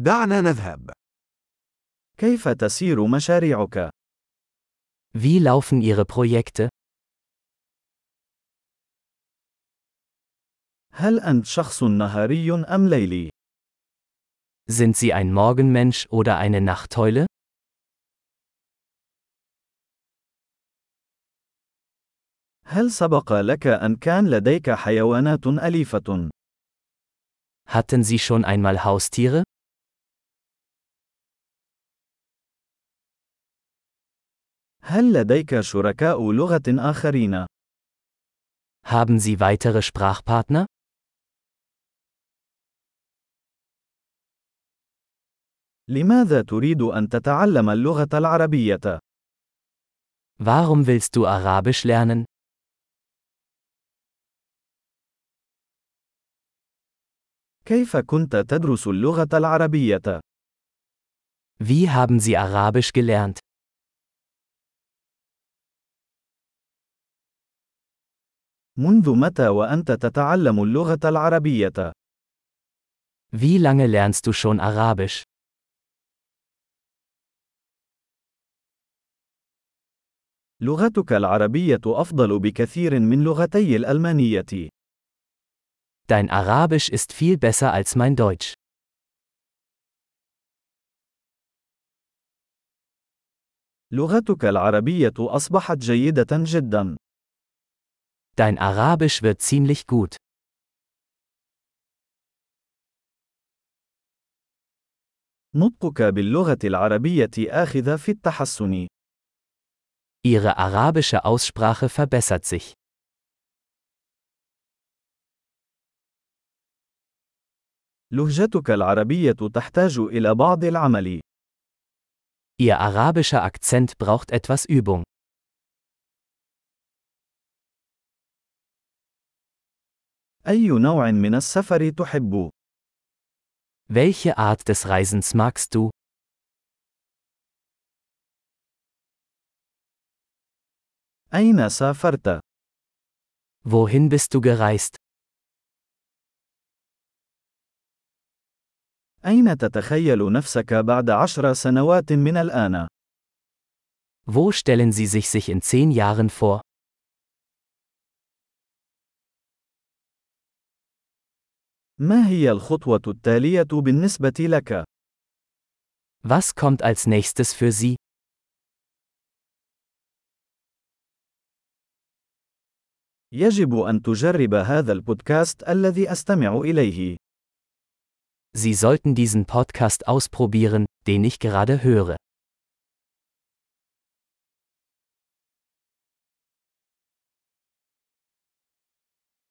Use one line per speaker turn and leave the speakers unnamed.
دعنا نذهب.
كيف تسير مشاريعك؟
Wie laufen Ihre Projekte?
هل أنت شخص نهاري أم ليلي؟
Sind Sie ein Morgenmensch oder eine Nachteule?
هل سبق لك أن كان لديك حيوانات أليفة؟
Hatten Sie schon einmal Haustiere?
هل لديك شركاء لغة آخرين؟
Haben Sie weitere Sprachpartner?
لماذا تريد أن تتعلم اللغة العربية؟
Warum willst du Arabisch lernen?
كيف كنت تدرس اللغة العربية؟
Wie haben Sie Arabisch gelernt?
منذ متى وأنت تتعلم اللغة العربية؟
Wie lange lernst du schon Arabisch?
لغتك العربية أفضل بكثير من لغتي الألمانية.
Dein Arabisch ist viel besser als mein Deutsch.
لغتك العربية أصبحت جيدة جدا.
Dein Arabisch wird ziemlich gut.
نطقك باللغة العربية آخذ في التحسن.
Ihre arabische Aussprache verbessert sich.
لهجتك العربية تحتاج إلى بعض العمل.
Ihr arabischer Akzent braucht etwas Übung.
أي نوع من السفر تحب؟
Welche Art des Reisens magst du?
أين سافرت؟
Wohin bist du gereist?
أين تتخيل نفسك بعد عشر سنوات من الآن؟
Wo stellen Sie sich sich in zehn Jahren vor?
ما هي الخطوة التالية بالنسبة لك؟
Was kommt als nächstes für Sie?
يجب أن تجرب هذا البودكاست الذي أستمع إليه.
Sie sollten diesen Podcast ausprobieren, den ich gerade höre.